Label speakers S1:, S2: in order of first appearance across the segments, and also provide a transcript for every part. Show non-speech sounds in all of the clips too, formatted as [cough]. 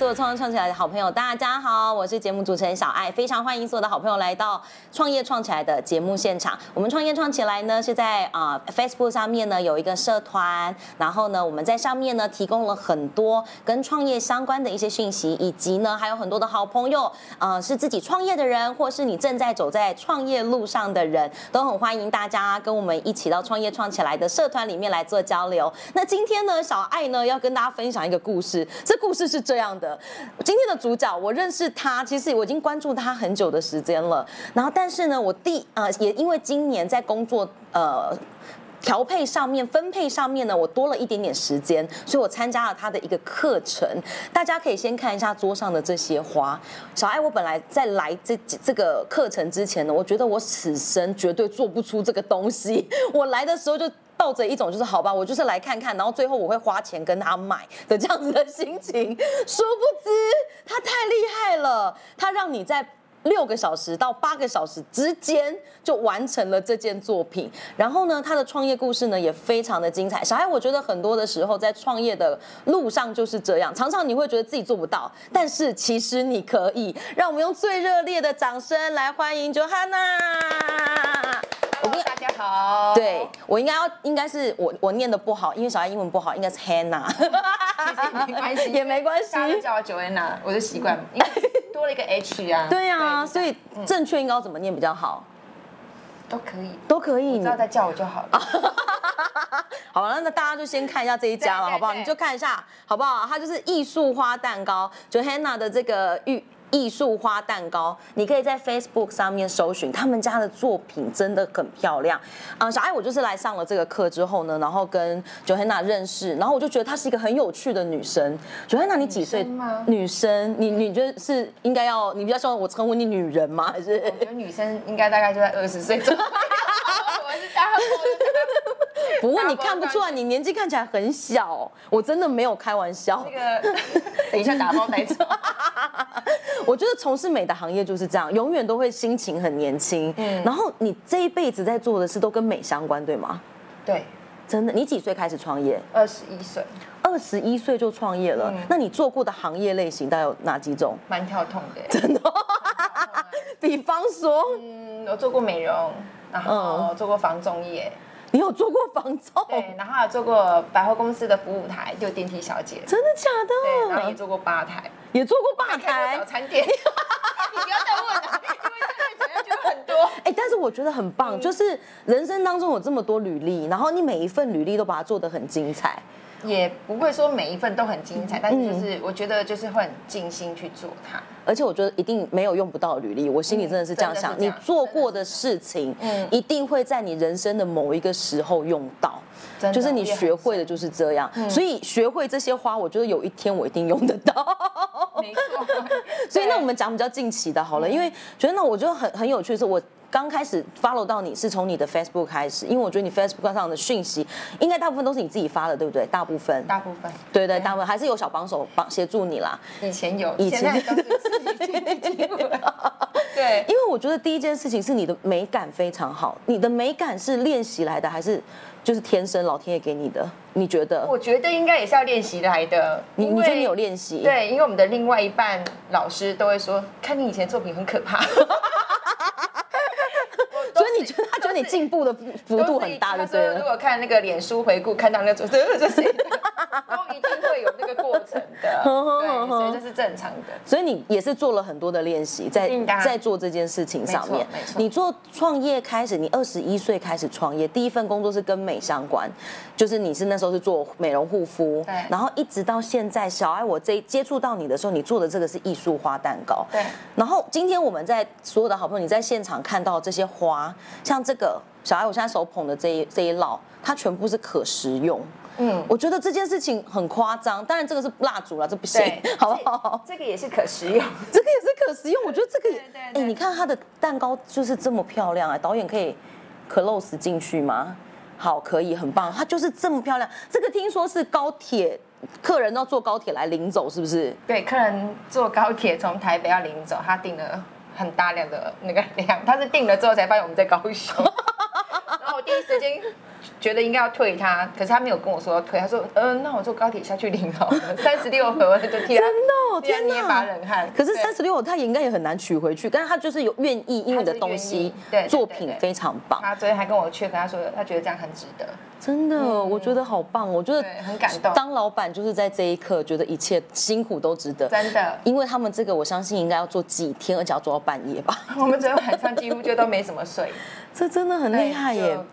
S1: 有创业创起来的好朋友，大家好，我是节目主持人小爱，非常欢迎所有的好朋友来到创业创起来的节目现场。我们创业创起来呢是在啊、呃 Facebook 上面呢有一个社团，然后呢我们在上面呢提供了很多跟创业相关的一些讯息，以及呢还有很多的好朋友，呃是自己创业的人，或是你正在走在创业路上的人，都很欢迎大家跟我们一起到创业创起来的社团里面来做交流。那今天呢，小爱呢要跟大家分享一个故事，这故事是这样的：今天的主角我认识他，其实我已经关注他很久的时间了。然后，但是呢，我第呃也因为今年在工作呃调配上面、分配上面呢，我多了一点点时间，所以我参加了他的一个课程。大家可以先看一下桌上的这些花。小爱，我本来在来这这个课程之前呢，我觉得我此生绝对做不出这个东西。我来的时候就。抱着一种就是好吧，我就是来看看，然后最后我会花钱跟他买的这样子的心情。殊不知他太厉害了，他让你在六个小时到八个小时之间就完成了这件作品。然后呢，他的创业故事呢也非常的精彩。小孩，我觉得很多的时候在创业的路上就是这样，常常你会觉得自己做不到，但是其实你可以。让我们用最热烈的掌声来欢迎 Johanna。我跟
S2: Hello，大家好。
S1: 对，我应该要，应该是我我念的不好，因为小爱英文不好，应该是 Hannah，
S2: 其实也没关
S1: [laughs]
S2: 系，
S1: 也没关系
S2: 大。家都叫我 Joanna，我就习惯，因为多了一个 H 啊。
S1: 对啊，
S2: 对
S1: 所以正确应该要怎么念比较好，
S2: 都可以，
S1: 都可以。
S2: 只要再叫我就
S1: 嗯
S2: 好了。
S1: 好了，那大家就先看一下这一家了，
S2: 对对
S1: 好不好？
S2: 对
S1: 你就看一下，好不好？它就是艺术花蛋糕，Johanna 的这个艺艺术花蛋糕，你可以在 Facebook 上面搜寻，他们家的作品真的很漂亮。啊、小爱，我就是来上了这个课之后呢，然后跟 Johanna 认识，然后我就觉得她是一个很有趣的女生。Johanna，你几岁
S2: 女生吗？
S1: 女生，你你觉得是应该要你比较希望我称呼你女人吗？还是
S2: [laughs] 我觉得女生应该大概就在二十岁
S1: [laughs]
S2: 左右。我是大波
S1: 不过你看不出来，你年纪看起来很小，我真的没有开玩笑
S2: 那。个，
S1: [laughs]
S2: 等一下打包带走。
S1: 我觉得从事美的行业就是这样，永远都会心情很年轻。嗯，然后你这一辈子在做的事都跟美相关，对吗？
S2: 对，
S1: 真的，你几岁开始创业？
S2: 二十一岁，
S1: 二十一岁就创业了。
S2: 嗯
S1: 那你做过的行业类型大概有哪几
S2: [laughs]
S1: 种？
S2: 蛮跳痛的。
S1: 比方说，
S2: 嗯，我做过美容，然
S1: 嗯
S2: 后做过防重业，
S1: 你有做过房仲？
S2: 对，然后还有做过百货公司的服务台，就电梯小姐。
S1: 真的假
S2: 对，然后也
S1: 的？
S2: 做过吧台。
S1: 也做过吧
S2: 开过
S1: 台
S2: 早。餐店。 [laughs] 你不要再问了，因为这个觉得很多。
S1: 哎，但是我觉得很
S2: 嗯
S1: 棒，就是人生当中有这么多履历，然后你每一份履历都把它做得很精彩。
S2: 也不会说每一份都很精彩，但
S1: 嗯
S2: 是就是我觉得就是会很尽心去做它。
S1: 而且我觉得一定没有用不到的履历，我心里真的是这样想。
S2: 嗯真
S1: 你
S2: 的是这样
S1: 做过的事情，
S2: 嗯
S1: 一定会在你人生的某一个时候用到。
S2: 真的
S1: 就是你学会的就是这样，
S2: 嗯
S1: 所以学会这些花，我觉得有一天我一定用得到。
S2: 没错。
S1: 所以那我们讲比较近期的好
S2: 嗯
S1: 了，因为觉得那我觉得很很有趣的是我。刚开始 follow 到你是从你的 Facebook 开始，因为我觉得你 Facebook 上的讯息应该大部分都是你自己发的，对不对？大部分，
S2: 大部分
S1: 对对，大部分还是有小帮手帮协助你啦。
S2: 以前有，
S1: 以
S2: 以
S1: 前
S2: 前在都是自己进步
S1: [laughs]
S2: 了。对
S1: 因为我觉得第一件事情是你的美感非常好，你的美感是练习来的，还是就是天生老天爷给你的？你觉得？
S2: 我觉得应该也是要练习来的。
S1: 你
S2: 因
S1: 你
S2: 为
S1: 觉得你有练习？，
S2: 对，因为我们的另外一半老师都会说，看你以前作品很可怕。
S1: [laughs] 所以你觉得他觉得你进步的幅幅度很大，就对
S2: 他说如
S1: 了。
S2: 果看那个脸书回顾，看到那种这 [laughs] 这谁的，都一定会有那个过程的，
S1: [laughs] 呵呵呵
S2: 对，
S1: 呵
S2: 所以这是正常的。
S1: 所以你也是做了很多的练习，在
S2: 一定的啊
S1: 在做这件事情上面
S2: 没错没。错
S1: 你做创业开始，你二十一岁开始创业，第一份工作是跟美相关，就是你是那时候是做美容护肤
S2: 对，
S1: 然后一直到现在，小爱我这一接触到你的时候，你做的这个是艺术花蛋糕。
S2: 对
S1: 然后今天我们在所有的好朋友，你在现场看到这些花，像这个小爱，我现在手捧的这一这一烙，它全部是可食用。
S2: 嗯，
S1: 我觉得这件事情很夸张，当然这个是蜡烛了，这不行 [laughs]
S2: 对，
S1: 好不好？
S2: 这个也是可食用， [laughs]
S1: 这个也是可食用，我觉得这个也，
S2: 对
S1: 哎
S2: 对、对
S1: 你看它的蛋糕就是这么漂亮啊、导演可以 close 进去吗？好，可以，很棒，它就是这么漂亮。这个听说是高铁客人要坐高铁来领走，是不是？
S2: 对，客人坐高铁从台北要临走，他
S1: [laughs]
S2: 订了很大量的那个量，他是订了之后才发现我们在高雄。然后我订第一时间觉得应该要退他，可是他没有跟我说要退，他说，嗯、那我坐高铁下去领好
S1: [laughs]
S2: 了，三十六盒我就替他，
S1: 真的哦
S2: 替他
S1: 天哪
S2: 捏一把冷汗。
S1: 可是
S2: 对
S1: 三十六他也应该也很难取回去，但是他就是有愿意，因为你的东
S2: 他就是愿
S1: 西
S2: 意对对对
S1: 作品
S2: 对
S1: 非常棒，
S2: 他昨天还跟我去跟他说，他觉得这样很值得，
S1: 真的，我觉得好棒，我觉得
S2: 嗯对，很感动，
S1: 当老板就是在这一刻觉得一切辛苦都值得，
S2: 真的。
S1: 因为他们这个我相信应该要做几天，而且要做到半夜吧，
S2: [laughs] 我们昨天晚上几乎就都没怎么睡，
S1: 这真的很 [laughs] 厉害耶嗯
S2: 对。就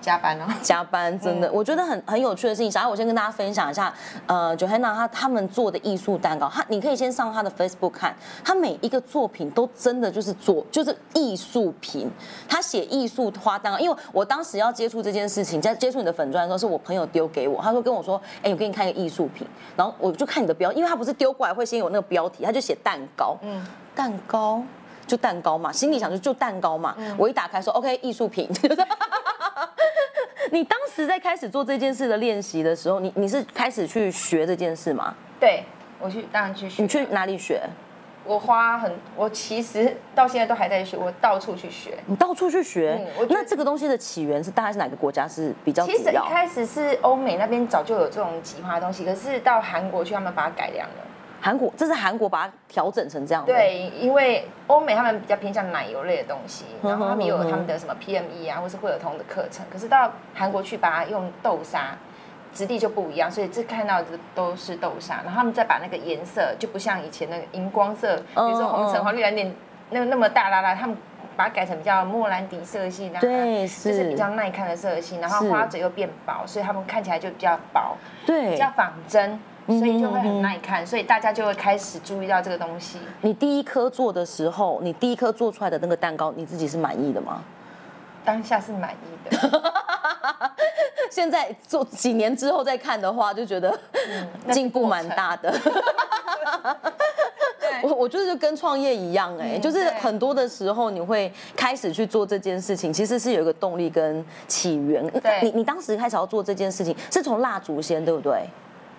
S2: 加班哦。
S1: 加班真的，我觉得很很有趣的事情。然后我先跟大家分享一下，呃，Johanna 她他们做的艺术蛋糕，她你可以先上她的 Facebook 看，她每一个作品都真的就是做就是艺术品。她写艺术花蛋糕，因为我当时要接触这件事情，在接触你的粉钻的时候，是我朋友丢给我，他说跟我说，哎、我给你看一个艺术品，然后我就看你的标，因为他不是丢过来会先有那个标题，他就写蛋糕，嗯，蛋糕。就蛋糕嘛，心里想就就蛋糕嘛。我一打开说 OK 艺术品，你当时在开始做这件事的练习的时候，你你是开始去学这件事吗？
S2: 对，我去当然去学。
S1: 你去哪里学？
S2: 我花很，我其实到现在都还在学，我到处去学。
S1: 你到处去学
S2: 嗯我。觉得
S1: 那这个东西的起源是大概是哪个国家是比较主
S2: 其实
S1: 要
S2: 一？开始是欧美那边早就有这种极化的东西，可是到韩国去他们把它改良了。
S1: 韩国，这是韩国把它调整成这样的。，
S2: 对，因为欧美他们比较偏向奶油类的东西，
S1: 嗯哼
S2: 然后他们也有
S1: 哼
S2: 他们的什么 PME 啊，或是惠尔通的课程。可是到韩国去把它用豆沙，质地就不一样，所以这看到的都是豆沙。然后他们再把那个颜色，就不像以前那个荧光色，比如说红
S1: 嗯
S2: 橙黄绿蓝靛那那么大啦啦，他们把它改成比较莫兰迪色系啦，
S1: 对
S2: 就是
S1: 是
S2: 比较耐看的色系。然后
S1: 是
S2: 花嘴又变薄，所以他们看起来就比较薄。比
S1: 对嗯
S2: 较。仿真，所以就会很耐看，所以大家就会开始注意到这个东西。
S1: 你第一颗做的时候，你第一颗做出来的那个蛋糕，你自己是满意的吗？
S2: 当下是满意的， [laughs]
S1: 现在做几年之后再看的话，就觉得
S2: 嗯
S1: 进步蛮大
S2: [laughs]
S1: 的。我我觉得就跟创业一样哎、
S2: 嗯
S1: 就是
S2: 对
S1: 很多的时候你会开始去做这件事情，其实是有一个动力跟起源。
S2: 对
S1: 你你当时开始要做这件事情是从蜡烛先对不对？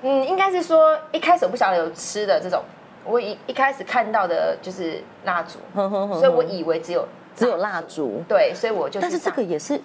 S2: 嗯，应该是说一开始我不晓得有吃的这种，我一一开始看到的就是蜡烛，
S1: 哼哼哼
S2: 所以我以为只有
S1: 只有蜡烛，
S2: 对，所以我就去
S1: 但是这
S2: 上
S1: 个也是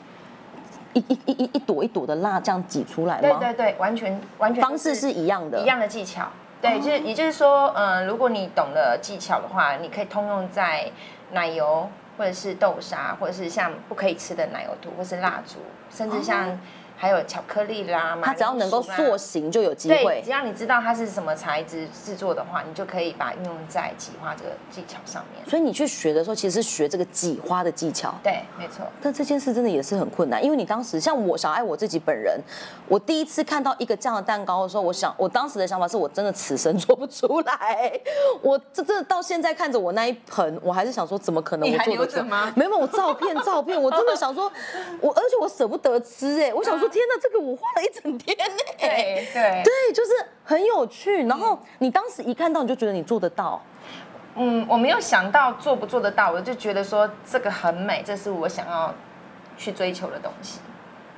S1: 一一一一一朵一朵的蜡这样挤出来
S2: 对
S1: 吗？
S2: 对对，完全完全
S1: 方式是一样的，哦
S2: 一样的技巧。对，就是也就是说，嗯、如果你懂了技巧的话，你可以通用在奶油或者是豆沙，或者是像不可以吃的奶油涂，或是蜡烛，甚至像还有巧克力啦，
S1: 哦它只要能够
S2: 马铃薯
S1: 塑
S2: 啦。
S1: 形就有机
S2: 对，
S1: 会
S2: 只。要你知道它是什么材质制作的话，你就可以把它运用在挤花这个技巧上面。
S1: 所以你去学的时候，其实是学这个挤花的技巧。
S2: 对，没错。
S1: 但这件事真的也是很困难，因为你当时像我小爱我自己本人，我第一次看到一个这样的蛋糕的时候，我想我当时的想法是我真的此生做不出来。我这真的到现在看着我那一盆，我还是想说怎么可能
S2: 你
S1: 我
S2: 还
S1: 做得
S2: 留
S1: 出来
S2: 着吗
S1: 没有，没有我照片照片，我真的想说，我而且我舍不得吃哎，我想说天哪，这个我花了一整天哎。
S2: 对啊对，
S1: 对，就是很有趣。然后你当时一看到，你就觉得你做得到。
S2: 嗯，我没有想到做不做得到，我就觉得说这个很美，这是我想要去追求的东西。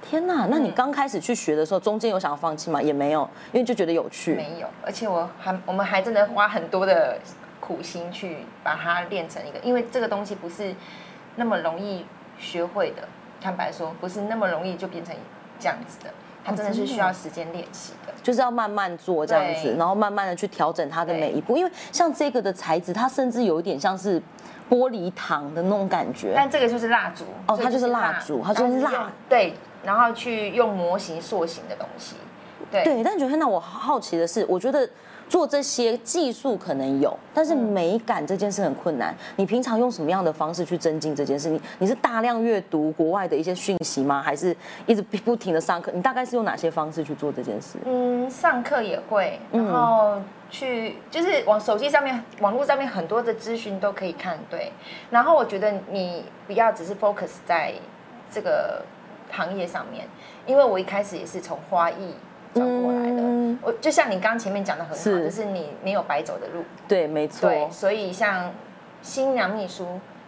S1: 天哪！那
S2: 嗯
S1: 你刚开始去学的时候，中间有想要放弃吗？也没有，因为就觉得有趣。
S2: 没有，而且我还我们还真的花很多的苦心去把它练成一个，因为这个东西不是那么容易学会的。坦白说，不是那么容易就变成这样子的，它真的
S1: 哦
S2: 是需要时间练习的。
S1: 就是要慢慢做这样子，
S2: 对
S1: 然后慢慢的去调整它的
S2: 对
S1: 每一步，因为像这个的材质，它甚至有一点像是玻璃糖的那种感觉。
S2: 但这个就是蜡烛
S1: 哦
S2: 所以
S1: 它就是蜡烛它就是蜡
S2: 然后用对，然后去用模型塑形的东西，对
S1: 对，但觉得那我好奇的是，我觉得做这些技术可能有，但是美感这件事很困难。你平常用什么样的方式去增进这件事？你你是大量阅读国外的一些讯息吗？还是一直不停的上课？你大概是用哪些方式去做这件事？
S2: 嗯，上课也会，
S1: 嗯
S2: 然后去、就是往手机上面、网络上面很多的资讯都可以看，对。然后我觉得你不要只是 focus 在这个行业上面，因为我一开始也是从花艺转过来的。
S1: 嗯
S2: 我就像你刚前面讲的很好，
S1: 是
S2: 就是你没有白走的路，
S1: 对，没错。
S2: 对。所以像新娘秘书。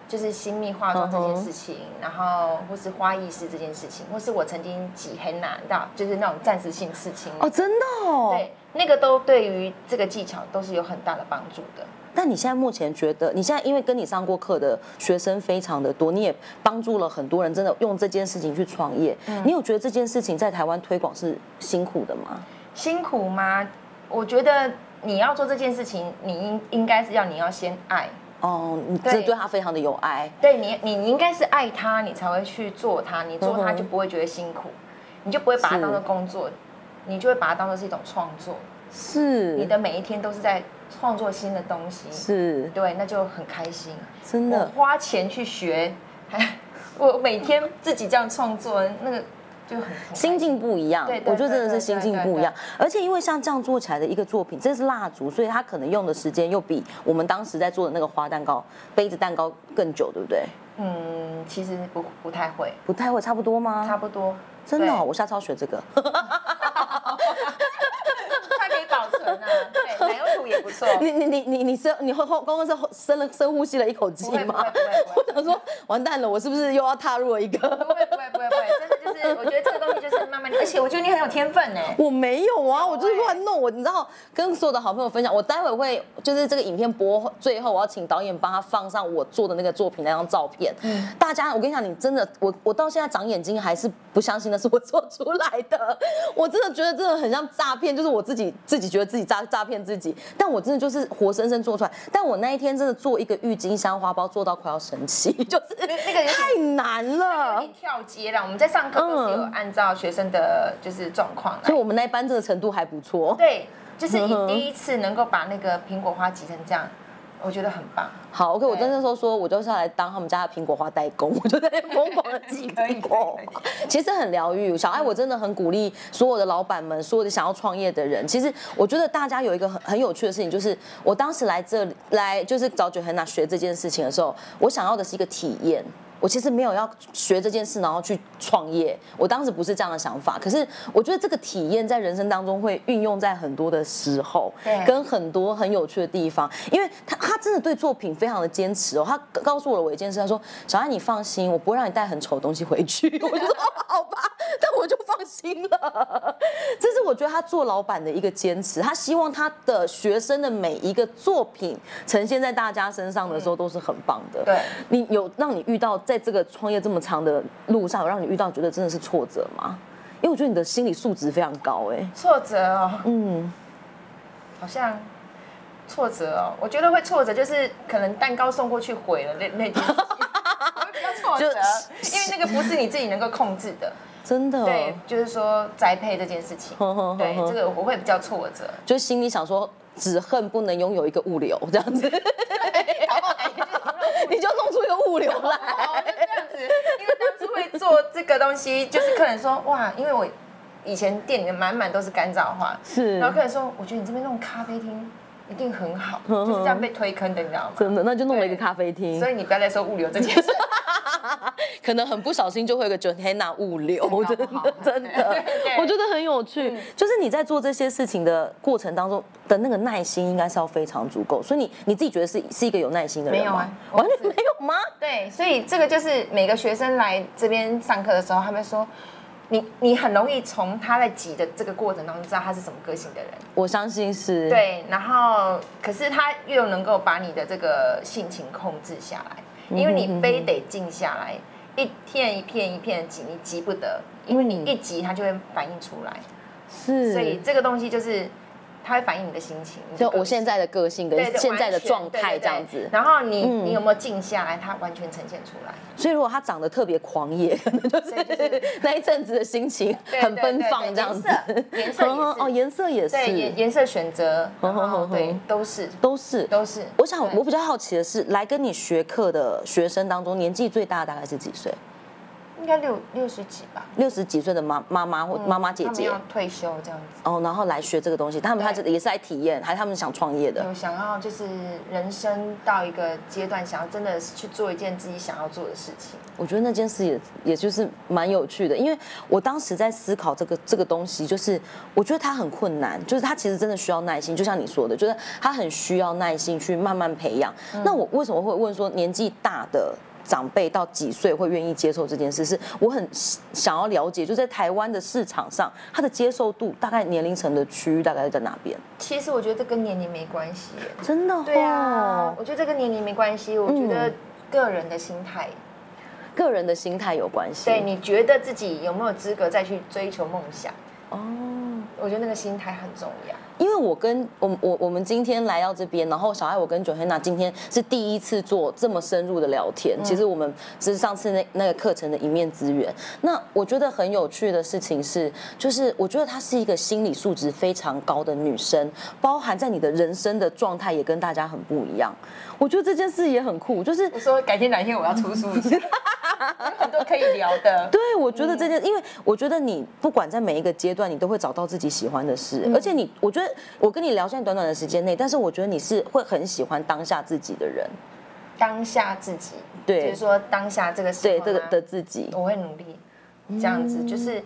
S2: 就是新密化妆这件事情然后或是花艺师这件事情，或是我曾经挤黑娜，你知道，就是那种暂时性刺青。
S1: 哦，真的哦。
S2: 对，那个都对于这个技巧都是有很大的帮助的。
S1: 但你现在目前觉得，你现在因为跟你上过课的学生非常的多，你也帮助了很多人，真的用这件事情去创业。
S2: 嗯
S1: 你有觉得这件事情在台湾推广是辛苦的吗？
S2: 辛苦吗？我觉得你要做这件事情，你应应该是要你要先爱，
S1: 哦，你真的
S2: 对
S1: 对他非常的有爱，
S2: 对你，你你应该是爱他，你才会去做它，你做它
S1: 嗯哼
S2: 就不会觉得辛苦，你就不会把它
S1: 是
S2: 当做工作，你就会把它当做是一种创作，
S1: 是
S2: 你的每一天都是在创作新的东西，
S1: 是
S2: 对，那就很开心。
S1: 真
S2: 我
S1: 的
S2: 花钱去学，还我每天自己这样创作，那个就很很开
S1: 心境不一样，
S2: 对对
S1: 我觉得
S2: 对
S1: 真的是
S2: 对
S1: 心
S2: 对
S1: 境
S2: 对
S1: 不一
S2: 对
S1: 样，而且因为像这样做起来的一个作品，这是蜡烛，所以它可能用的时间又比我们当时在做的那个花蛋糕、杯子蛋糕更久，对不对？
S2: 嗯，其实不不太会，
S1: 不太会，差不多吗？
S2: 差不多。
S1: 真的哦、
S2: 对
S1: 我下次要学这个。
S2: 它可以保存啊，对，奶油土也不错。
S1: [laughs] 你你你你你深，你后后刚刚是深了深呼吸了一口气
S2: 不会不
S1: 吗
S2: 会？不会
S1: 我想说，完蛋了，我是不是又要踏入了一个？
S2: 不会不会不会不会，真的就是，我觉得这个东西就是慢慢，而且我觉得你很有天分欸呢。
S1: 我没有啊，我就是
S2: 有欸
S1: 乱弄。我你知道，跟所有的好朋友分享，我待会会就是这个影片播后最后，我要请导演帮他放上我做的那个作品那张照片。大家，我跟你讲，你真的，我我到现在长眼睛还是不相信那是我做出来的。我真的觉得真的很像诈骗，就是我自己自己觉得自己诈诈骗自己，但我真的就是活生生做出来。但我那一天真的做一个郁金香花苞，做到快要生气，就是
S2: 那那个有点
S1: 太难
S2: 有
S1: 了。
S2: 点跳接啦，我们在上课都是有
S1: 嗯
S2: 按照学生的就是状况
S1: 所以
S2: 来。
S1: 我们那一班真的程度还不错。
S2: 对，就是
S1: 嗯哼
S2: 你第一次能够把那个苹果花挤成这样，我觉得很棒。
S1: 好，OK，我
S2: 对
S1: 真的说说，我就是要来当他们家的苹果花代工， [laughs] 我就在那边疯狂的寄
S2: 可以
S1: 苹果
S2: 可以
S1: 花，其实很疗愈。
S2: 嗯
S1: 小爱，我真的很鼓励所有的老板们，所有的想要创业的人。其实我觉得大家有一个很很有趣的事情，就是我当时来这里来就是找九恒娜学这件事情的时候，我想要的是一个体验。我其实没有要学这件事，然后去创业。我当时不是这样的想法，可是我觉得这个体验在人生当中会运用在很多的时候，
S2: 对
S1: 跟很多很有趣的地方，因为他他真的对作品非常的坚持哦。他告诉了我一件事，他说：“小安，你放心，我不会让你带很丑的东西回去。” [laughs] 我就说：“好吧。”但我就放心了。这是我觉得他做老板的一个坚持，他希望他的学生的每一个作品呈现在大家身上的时候都是很棒的。
S2: 嗯对，
S1: 你有让你遇到在这个创业这么长的路上，有让你遇到觉得真的是挫折吗？因为我觉得你的心理素质非常高、哎，
S2: 挫折哦，
S1: 嗯，
S2: 好像挫折哦，我觉得会挫折就是可能蛋糕送过去毁了那那件事情。我会比较挫折，
S1: 就
S2: 因为那个不是你自己能够控制
S1: [laughs]
S2: 的。
S1: 真的，
S2: 对，就是说栽培这件事情
S1: 哼哼哼，
S2: 对
S1: 哼
S2: 这个我会比较挫折。
S1: 就心里想说，只恨不能拥有一个物流这样子， [laughs]
S2: 然后感觉哎就是
S1: 你就弄出一个物流来。
S2: 哦，就这样子，因为当初会做这个东西，就是客人说哇，因为我以前店里面满满都是干燥花，
S1: 是
S2: 然后客人说，我觉得你这边弄咖啡厅一定很好，
S1: 嗯
S2: 就是这样被推坑的，你知道吗？
S1: 真的，那就弄了一个咖啡厅
S2: 所，以你不要再说物流这件事，
S1: 可能很不小心就会有个 Johanna 物流， [laughs] 真
S2: 搞不好
S1: 的嗯真 [laughs] 的
S2: 对，对
S1: 我觉得很有趣。就是你在做这些事情的过程当中的那个耐心，应该是要非常足够。所以你你自己觉得是是一个有耐心的人吗？
S2: 没有啊我
S1: 完
S2: 不
S1: 全
S2: 是
S1: 没有吗？
S2: [laughs] 对，所以这个就是每个学生来这边上课的时候，他们说。你你很容易从他在挤的这个过程当中知道他是什么个性的人，
S1: 我相信是，，
S2: 对，然后可是他又能够把你的这个性情控制下来，因
S1: 嗯
S2: 为
S1: 哼嗯哼
S2: 你非得静下来，一片一片一片的挤，你急不得，因为你一急它就会反映出来，
S1: 是，
S2: 所以这个东西就是它会反映你的心情。你的
S1: 就
S2: 个
S1: 我现
S2: 性
S1: 在的个性跟
S2: 对对
S1: 现在的
S2: 完全
S1: 状态
S2: 对对
S1: 这样
S2: 对
S1: 子。
S2: 然后你
S1: 嗯
S2: 你有没有静下来，它完全呈现出来。
S1: 所以如果他长得特别狂
S2: [laughs]
S1: 野，可能就是
S2: 对就是
S1: 那一阵子的心情
S2: 对
S1: 很奔放
S2: 对对
S1: 这样子。[laughs]
S2: 对颜色颜色也是
S1: 哦，颜色也
S2: 对颜
S1: 是，
S2: 颜色选择，
S1: 哼
S2: 然
S1: 哼
S2: 后
S1: 哼
S2: 对
S1: 哼
S2: 都是
S1: 都是。
S2: 都是。
S1: 我想
S2: 对
S1: 我比较好奇的是，来跟你学课的学生当中，年纪最大大概是几岁？
S2: 应该六六十几吧，
S1: 六十几岁的妈妈妈或妈妈姐
S2: 哦他们
S1: 姐
S2: 要退休这样子。
S1: 哦，然后来学这个东西，他们他
S2: 对
S1: 也是来体验，还是他们想创业的？
S2: 有想要就是人生到一个阶段，想要真的去做一件自己想要做的事情。
S1: 我觉得那件事也也就是蛮有趣的，因为我当时在思考这个这个东西，就是我觉得它很困难，就是它其实真的需要耐心，就像你说的，嗯就是它很需要耐心去慢慢培养。那我为什么会问说年纪大的长辈到几岁会愿意接受这件事？是我很想要了解，就在台湾的市场上，它的接受度大概年龄层的区域大概在哪边？
S2: 其实我觉得这跟年龄没关系耶，
S1: 真的、哦，嗯
S2: 对啊，我觉得这跟年龄没关系，我觉得个人的心态，
S1: 个人的心态有关系。
S2: 对，你觉得自己有没有资格再去追求梦想？
S1: 哦。
S2: 我觉得那个心态很重要。
S1: 因为我跟我我我们今天来到这边，然后小爱我跟 Johanna 今天是第一次做这么深入的聊天。其实我们只是上次那那个课程的一面之缘。那我觉得很有趣的事情是，就是我觉得她是一个心理素质非常高的女生，包含在你的人生的状态也跟大家很不一样。我觉得这件事也很酷，就是
S2: 我说改天哪一天我要出书
S1: [laughs]
S2: 一下，有很多可以聊的。
S1: 对我觉得这
S2: 嗯
S1: 件，因为我觉得你不管在每一个阶段，你都会找到自己喜欢的事，
S2: 嗯
S1: 而且你，我觉得我跟你聊现在短短的时间内，但是我觉得你是会很喜欢当下自己的人，
S2: 当下自己，
S1: 对
S2: 就是说当下这个时候
S1: 对
S2: 呢
S1: 这个嗯的自己，
S2: 我会努力，这样子就是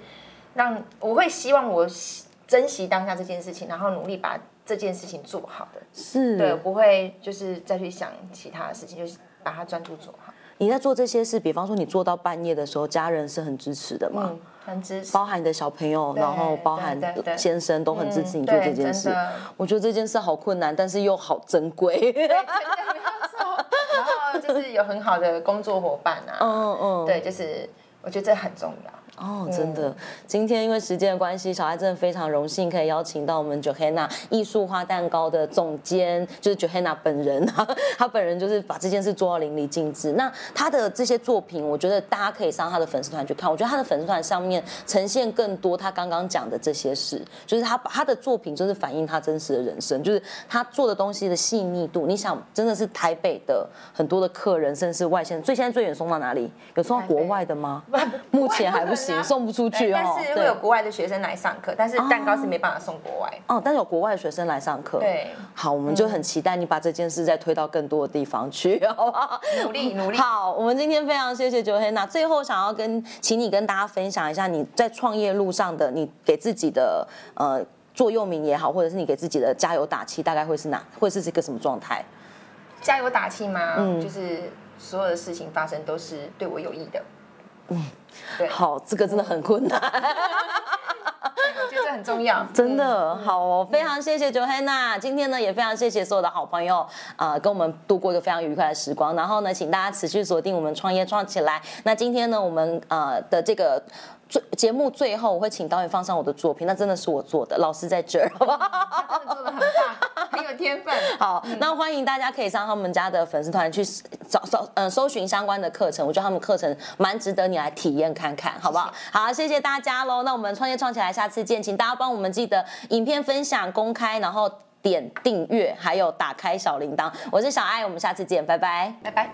S2: 让我会希望我喜珍惜当下这件事情，然后努力把这件事情做好的。
S1: 是
S2: 对，我不会就是再去想其他的事情，就是把它专注做好。
S1: 你在做这些事，比方说你做到半夜的时候，家人是很支持的嘛，
S2: 嗯，很支持。
S1: 包含你的小朋友，
S2: 对
S1: 然后包含
S2: 对对对
S1: 先生都很支持你做这件事
S2: 嗯对真的。
S1: 我觉得这件事好困难，但是又好珍贵。
S2: 对真的没有错然后就是有很好的工作伙伴啊，
S1: 嗯嗯，
S2: 对，就是我觉得这很重要。
S1: 哦，真的，今天因为时间的关系，小爱真的非常荣幸可以邀请到我们 Johanna 艺术花蛋糕的总监，就是 Johanna 本人 [laughs] 啊，她本人就是把这件事做到淋漓尽致。那她的这些作品，我觉得大家可以上她的粉丝团去看，我觉得她的粉丝团上面呈现更多她刚刚讲的这些事，就是她把她的作品就是反映她真实的人生，就是她做的东西的细腻度。你想，真的是台北的很多的客人，甚至是外县，最现在最远送到哪里？有送到国外的吗？目前还不行，
S2: [laughs] 不可能啊
S1: 送不出去哦。
S2: 但是会
S1: 对
S2: 有国外的学生来上课，但是蛋糕是没办法送国外。
S1: 哦，但是有国外的学生来上课。
S2: 对，
S1: 好，我们就很期待你把这件事再推到更多的地方去，好不好？
S2: 努力努力。
S1: [laughs] 嗯好，我们今天非常谢谢 Johanna。最后想要跟，请你跟大家分享一下你在创业路上的，你给自己的呃座右铭也好，或者是你给自己的加油打气，大概会是哪，会是一个什么状态？
S2: 加油打气吗？
S1: 嗯
S2: 就是所有的事情发生都是对我有益的，对
S1: 嗯好，这个真的很困难。
S2: 我觉得这很重要。
S1: 真的好哦，非常谢谢 Johanna，今天呢也非常谢谢所有的好朋友，呃，跟我们度过一个非常愉快的时光。然后呢，请大家持续锁定我们创业创起来。那今天呢，我们呃的这个最节目最后，我会请导演放上我的作品，那真的是我做的，老师在这儿，好不好？
S2: 嗯他真的做的很棒，很有天分。
S1: [laughs] 好，那欢迎大家可以上他们家的粉丝团去找搜呃搜寻相关的课程，我觉得他们课程蛮值得你来体验看看，好不好？好，谢谢大家喽。那我们创业创起来，下次见，请大家帮我们记得影片分享、公开，然后点订阅，还有打开小铃铛。我是小爱，我们下次见，拜拜。
S2: 拜拜。